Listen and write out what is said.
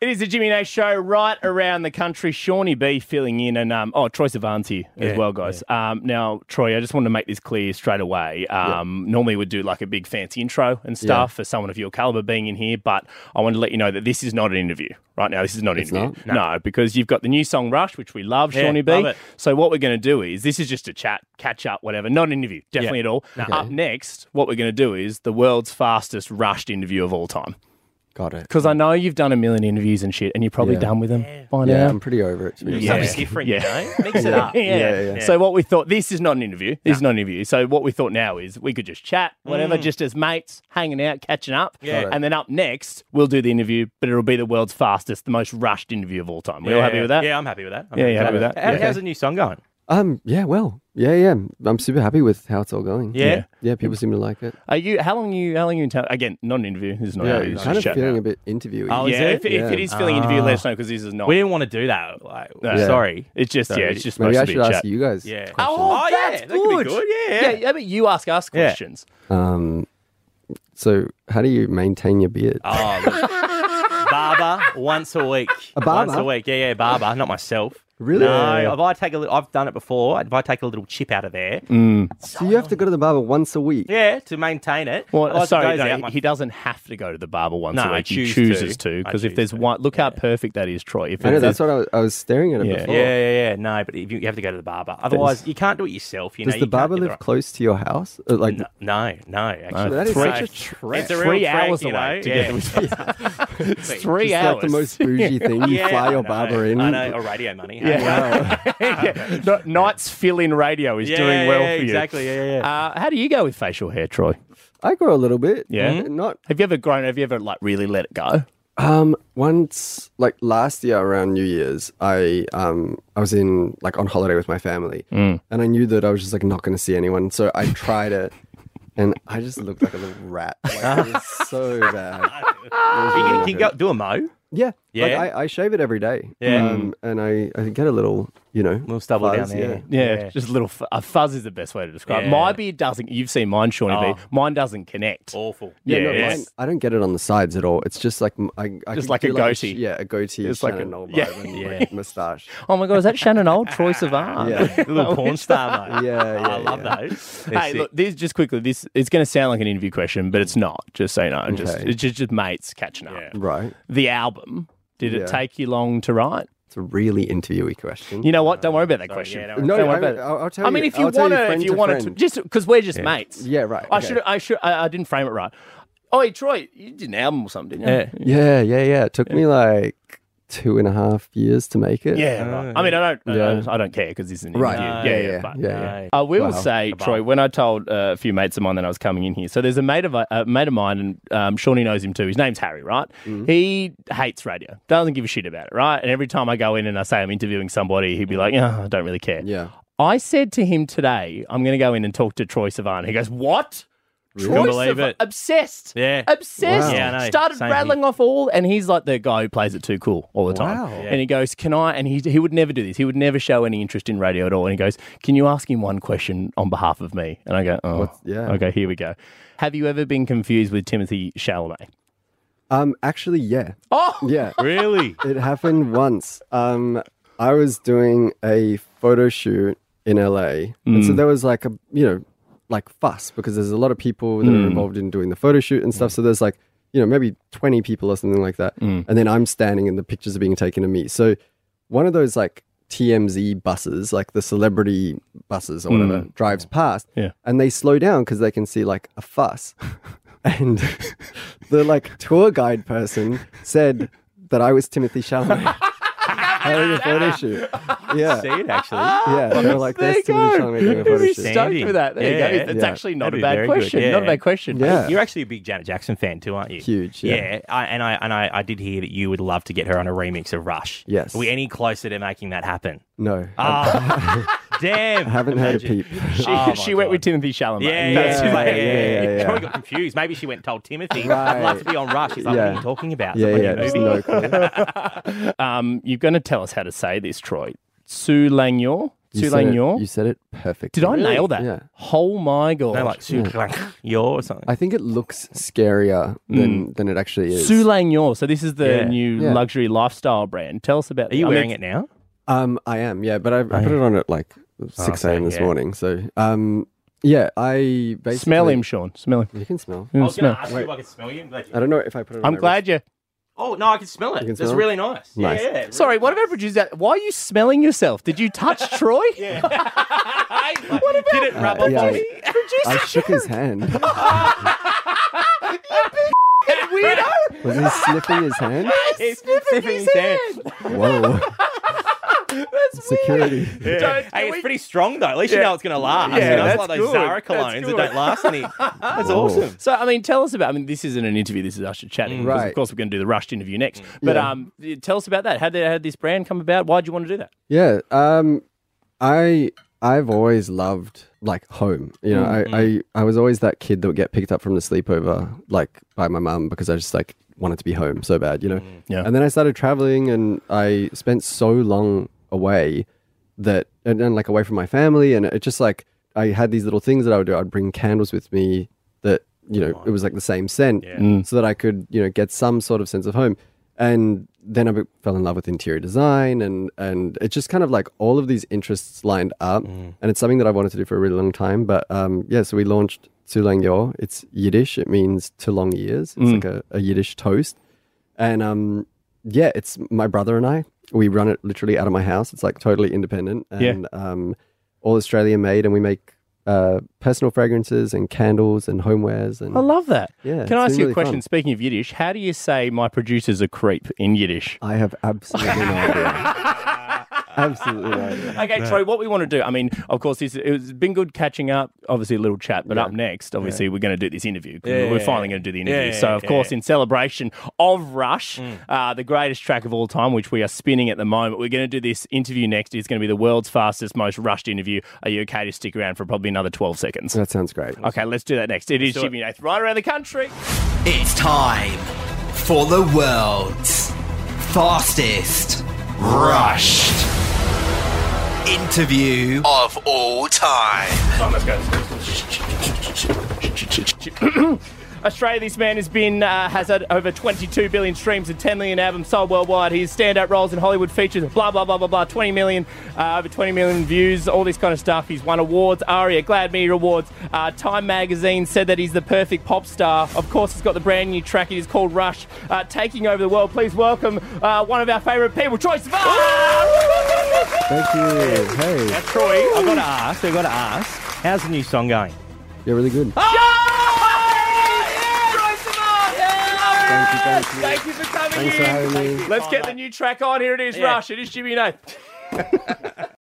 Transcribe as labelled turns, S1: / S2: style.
S1: It is the Jimmy Nash show right around the country. Shawnee B filling in, and um, oh, Troy Savant's here
S2: Yeah,
S1: as well, guys. Um, now, Troy, I just want to make this clear straight away. Um, Normally, we'd do like a big fancy intro and stuff for someone of your caliber being in here, but I want to let you know that this is not an interview right now. This is not an interview. No. because you've got the new song Rush, which we love,
S2: Yeah,
S1: Shawnee B.
S2: love it.
S1: So, what we're going to do is this is just a chat, catch up, whatever, not an interview, definitely
S2: Yeah.
S1: at all. Up next, what we're going to do is the world's fastest rushed interview of all time.
S3: Got it.
S1: Because I know you've done a million interviews and shit, and you're probably
S3: Yeah.
S1: done with them by
S3: Yeah,
S1: now.
S3: I'm pretty over it. To be honest.
S2: Something different,
S1: Yeah.
S2: you know? Mix it up.
S1: Yeah.
S3: Yeah, yeah.
S1: So what we thought, this is not an interview. This is not an interview. So what we thought now is we could just chat, whatever, just as mates, hanging out, catching up.
S2: Yeah.
S1: And then up next, we'll do the interview, but it'll be the world's fastest, the most rushed interview of all time. We all happy with that?
S2: Yeah, I'm happy with that. I'm
S1: Yeah, you happy with that?
S2: How,
S1: Yeah.
S2: How's the new song going?
S3: Um, yeah, well, yeah, yeah. I'm super happy with how it's all going.
S2: Yeah. Yeah.
S3: yeah. People seem to like it.
S1: Are you? How long you? How long you in town? Again, not an interview. This is not. an
S3: Yeah,
S1: interview,
S3: it's
S1: this is
S3: kind of
S1: just chatting
S3: feeling
S1: out.
S3: a bit interviewy.
S2: Oh, is
S1: yeah,
S2: it?
S1: If, if it
S3: Yeah.
S1: is feeling interview, let
S2: Ah.
S1: us know because this is not.
S2: We didn't want to do that. Like,
S1: No.
S2: sorry.
S1: It's just yeah. It's just
S3: Maybe
S1: supposed
S3: I
S1: to
S3: should
S1: be a
S3: ask
S1: chat.
S3: you guys.
S2: Yeah.
S3: questions.
S2: Oh, yeah,
S1: that's
S2: that could be good. Yeah, yeah.
S1: yeah, but you ask us
S2: Yeah.
S1: questions.
S3: Um, so how do you maintain your beard?
S2: Oh, look. barber once a week.
S3: A barber?
S2: Once a week. Yeah, yeah, barber, not myself.
S3: Really?
S2: No,
S3: Yeah.
S2: if I take a little, I've done it before. If I take a little chip out of there,
S3: Mm. so you have to go to the barber once a week.
S2: yeah, to maintain it.
S1: Well,
S2: Otherwise it
S1: sorry,
S2: goes
S1: no,
S2: out
S1: he-
S2: my-
S1: he doesn't have to go to the barber once
S2: No,
S1: a
S2: I
S1: week. He
S2: choose
S1: chooses to
S2: to. I
S1: because if
S2: choose
S1: there's
S2: to.
S1: one, look how perfect that is, Troy. If
S3: I know
S1: it's-
S3: that's what I was, I was staring at it
S1: Yeah.
S3: before.
S2: yeah, yeah, yeah. No, but if you, you have to go to the barber. Otherwise, you can't do it yourself. You
S3: Does
S2: know,
S3: the
S2: you can't
S3: barber
S2: get
S3: live close to your house? Uh, Like,
S2: Right... No, no, actually,
S3: that is
S2: no.
S3: such a trek.
S2: It's a
S1: Three
S2: real trek,
S1: hours
S2: you
S1: away
S2: know?
S1: to
S2: yeah.
S1: get to his
S2: Sweet.
S1: three
S3: it's
S1: hours.
S3: like the most bougie thing. You
S2: Yeah, I
S3: fly
S2: know,
S3: your barber in.
S2: I know, or radio money. hey?
S1: yeah. yeah. No, Knight's fill in radio is
S2: Yeah,
S1: doing well
S2: yeah,
S1: for you.
S2: Exactly. Yeah, yeah.
S1: Uh, how do you go with facial hair, Troy?
S3: I grow a little bit.
S1: Yeah.
S3: N- Not
S1: Have you ever grown? Have you ever like really let it go?
S3: um once like last year around New Year's, I um I was in like on holiday with my family and I knew that I was just like not gonna see anyone. So I tried it and I just looked like a little rat. Like it was so bad. It was
S2: You can,
S3: really not
S2: you can
S3: good.
S2: go do a mo.
S3: Yeah. Like
S2: Yeah.
S3: I, I shave it every day.
S2: Yeah.
S3: Um, and I, I get a little, you know,
S2: Little stubble
S3: fuzz,
S2: down there.
S3: yeah.
S1: Yeah,
S2: Yeah.
S1: just a little. F- a fuzz is the best way to describe. it.
S2: Yeah.
S1: My beard doesn't. You've seen mine, Shawnee B.
S2: Oh.
S1: Mine doesn't connect.
S2: Awful.
S1: Yeah,
S3: no,
S1: yes.
S3: mine- I don't get it on the sides at all. It's just like m- I, I
S1: Just
S3: could
S1: like a
S3: do sh-
S1: goatee.
S3: yeah, a goatee.
S1: It's
S3: It's
S1: like
S3: like
S1: a-
S3: an old
S1: yeah.
S2: Yeah.
S3: mustache.
S1: Oh my god, is that Shannon Old? Troy Savant?
S3: Yeah.
S2: Little porn star mo.
S3: Yeah, yeah,
S2: I love
S3: yeah.
S2: those. They're
S1: Hey,
S2: sick.
S1: look, this just quickly. This it's going to sound like an interview question, but it's not. Just so you know, just
S3: Okay.
S1: it's just, just mates catching up.
S2: Yeah.
S3: Right.
S1: The album. Did
S3: Yeah.
S1: it take you long to write?
S3: It's a really interviewee question.
S1: You know what? Don't worry about that
S2: Sorry,
S1: question.
S2: yeah, don't
S3: no,
S1: don't worry
S3: I,
S1: about it.
S3: I'll, I'll tell
S1: I mean,
S3: you.
S1: if you
S3: I'll tell
S1: want to, if
S3: friend
S1: you wanted to,
S3: friend.
S1: just because we're just mates.
S3: Yeah, right,
S1: I
S3: okay.
S1: should. I should. I, I didn't frame it right. Oh, hey, Troy, you did an album or something. Didn't you?
S2: Yeah.
S3: yeah, yeah, yeah. It took me like two and a half years to make it.
S1: Yeah, right. I mean, I don't, I
S3: Yeah.
S1: don't, I don't care because this is an interview.
S3: Right.
S1: yeah,
S2: No,
S1: yeah,
S2: yeah,
S1: but- uh,
S3: yeah.
S2: No.
S1: I will
S3: Wow.
S1: say, Troy, when I told uh, a few mates of mine that I was coming in here, so there's a mate of a a mate of mine, and um, Shawnee knows him too. His name's Harry, right?
S3: Mm-hmm.
S1: He hates radio, doesn't give a shit about it, right? And every time I go in and I say I'm interviewing somebody, he'd be like, "Yeah, I don't really care."
S3: Yeah.
S1: I said to him today, "I'm going to go in and talk to Troy Savant." He goes, "What?" Troy
S2: Couldn't believe
S1: Sivan-
S2: it.
S1: obsessed,
S2: Yeah.
S1: obsessed.
S3: Wow.
S2: Yeah, I know.
S1: Started
S2: Same
S1: rattling off all, and he's like the guy who plays it too cool all the time.
S3: Wow.
S1: And he goes, "Can I?" And he he would never do this. He would never show any interest in radio at all. And he goes, "Can you ask him one question on behalf of me?" And I go, "Oh,
S3: yeah.
S1: okay, here we go." Have you ever been confused with Timothy Chalamet?
S3: Um. Actually, yeah.
S1: Oh,
S3: Yeah.
S2: Really?
S3: It happened once. Um, I was doing a photo shoot in LA, and so there was like a you know, like fuss because there's a lot of people that are involved in doing the photo shoot and stuff. So there's like you know maybe 20 people or something like that, and then I'm standing and the pictures are being taken of me. So one of those like TMZ buses, like the celebrity buses or whatever, drives past,
S1: Yeah.
S3: and they slow down because they can see like a fuss. And the like tour guide person said that I was Timothy Chalamet having a photo shoot. Yeah,
S2: See it actually.
S3: yeah. They were like, "There's Timothy Chalamet doing a photo
S1: He's
S3: shoot."
S2: Stand-
S1: stoked with that. There you
S2: Yeah.
S1: go. That's
S3: Yeah.
S1: actually not
S2: That'd
S1: a
S2: be
S1: bad
S2: very good.
S1: question.
S2: Yeah.
S1: Not a bad question.
S3: Yeah.
S2: You're actually a big Janet Jackson fan too, aren't you?
S3: Huge, yeah.
S2: I, and I and I, I did hear that you would love to get her on a remix of Rush.
S3: Yes.
S2: Are we any closer to making that happen?
S3: No, I
S2: Ah, damn.
S3: Oh. haven't heard a peep.
S1: She,
S2: Oh, my
S1: she went
S2: God.
S1: with Timothy Chalamet.
S2: Yeah,
S1: That's
S2: yeah,
S1: his
S2: yeah, yeah,
S1: name.
S2: yeah,
S3: yeah, yeah.
S2: Troy got confused. Maybe she went and told Timothy. I'd
S3: Right.
S2: love to be on Rush. He's like, what
S3: Yeah.
S2: are you talking about? It's
S3: Yeah,
S2: a
S3: yeah.
S2: bloody
S3: It's
S2: movie.
S3: no clue.
S1: Um, you're going to tell us how to say this, Troy. Sue Langyor.
S3: You said it-
S1: Tulagnon?
S3: You said it perfectly.
S1: Did I nail that?
S3: Yeah.
S1: Oh my god!
S2: They like Yo or something.
S3: I think it looks scarier than, than it actually is.
S1: Soulagnon. So this is the
S2: Yeah.
S1: new
S3: Yeah.
S1: luxury lifestyle brand. Tell us about.
S2: Are you wearing it now?
S3: Um, I am, yeah, but I, I put it on at like
S1: Oh,
S3: six
S2: same,
S3: a.m. this
S2: yeah.
S3: morning. So, um, yeah, I basically
S1: Smell him, Sean. Smell him.
S3: You can smell.
S2: Oh,
S1: You smell.
S2: ask you if I could smell you.
S3: I don't know if I put it. on
S1: I'm
S3: my
S1: glad you.
S2: Oh no, I can smell it.
S3: can It's smell it? really
S2: nice.
S3: Nice. Yeah,
S1: Sorry, what about producer? Why are you smelling yourself? Did you touch Troy?
S2: what about Did it
S3: rub off yeah, on I- me?
S1: Producer,
S3: wrist. I shook his hand.
S1: weirdo.
S3: Was he sniffing his hand?
S1: It's sniffing his hand.
S3: Whoa. Security.
S1: Don't-
S2: Hey,
S1: we-
S2: it's pretty strong though. At least you know it's going to last.
S1: Yeah,
S2: you know,
S1: that's
S2: it's like
S1: good.
S2: those Zara
S1: That's
S2: colognes
S1: good.
S2: that don't last any. That's
S3: Whoa.
S2: awesome.
S1: So, I mean, tell us about. I mean, this isn't an interview. This is us just chatting. because
S3: Right.
S1: Of course, we're going to do the rushed interview next. But
S3: Yeah.
S1: um, tell us about that. How did how did this brand come about? Why did you want to do that?
S3: Yeah. Um, I I've always loved like home. You know, I, I I was always that kid that would get picked up from the sleepover like by my mum because I just like wanted to be home so bad. You know.
S1: Yeah.
S3: And then I started traveling, and I spent so long away that and, and like away from my family, and it just like I had these little things that I would do. I'd bring candles with me that you know it was like the same scent, so that I could you know get some sort of sense of home. And then I be- fell in love with interior design, and and it just kind of like all of these interests lined up, and it's something that I wanted to do for a really long time. But um, yeah, so we launched Tsulang Yor. It's Yiddish. It means to long years. It's like a, a Yiddish toast, and um, yeah, it's my brother and I. We run it literally out of my house. It's like totally independent and um, all Australian made, and we make uh, personal fragrances and candles and homewares and
S1: I love that.
S3: Yeah, it's
S1: Can I ask
S3: been
S1: you a
S3: really
S1: question?
S3: fun.
S1: Speaking of Yiddish, how do you say my producer's a creep in Yiddish?
S3: I have absolutely no idea. absolutely no idea.
S1: Okay, Troy, what we want to do, I mean, of course, this, it's been good catching up, obviously a little chat, but up next, obviously, we're going to do this interview. we're
S2: yeah,
S1: finally
S2: yeah.
S1: going to do the interview.
S2: Yeah, Mm. yeah,
S1: so, of
S2: yeah,
S1: course,
S2: yeah.
S1: in celebration of Rush, uh, the greatest track of all time, which we are spinning at the moment, we're going to do this interview next. It's going to be the world's fastest, most rushed interview. Are you okay to stick around for probably another 12 seconds?
S3: That sounds great.
S1: Okay, let's do that next. It is Jimmy Nath right around the country.
S4: It's time for the world's fastest rushed interview of all time.
S1: Australia, this man has been uh, has had over 22 billion streams and 10 million albums sold worldwide. His standout roles in Hollywood features, blah blah blah blah blah, 20 million uh, over 20 million views, all this kind of stuff. He's won awards, ARIA, Glad Media Awards. Uh, Time Magazine said that he's the perfect pop star. Of course, he's got the brand new track. It is called Rush, uh, taking over the world. Please welcome uh, one of our favourite people, Troy Sivan.
S3: Thank you. Hey,
S1: Troy, I've got to ask.
S2: So I've got to ask, how's the new song going?
S3: you're really good.
S1: Oh,
S3: Thank you, thank you.
S1: Thank you for coming
S3: Thanks
S1: in.
S3: for having me.
S1: Let's get the new track on. Here it is, Rush. It is Jimmy and Nate.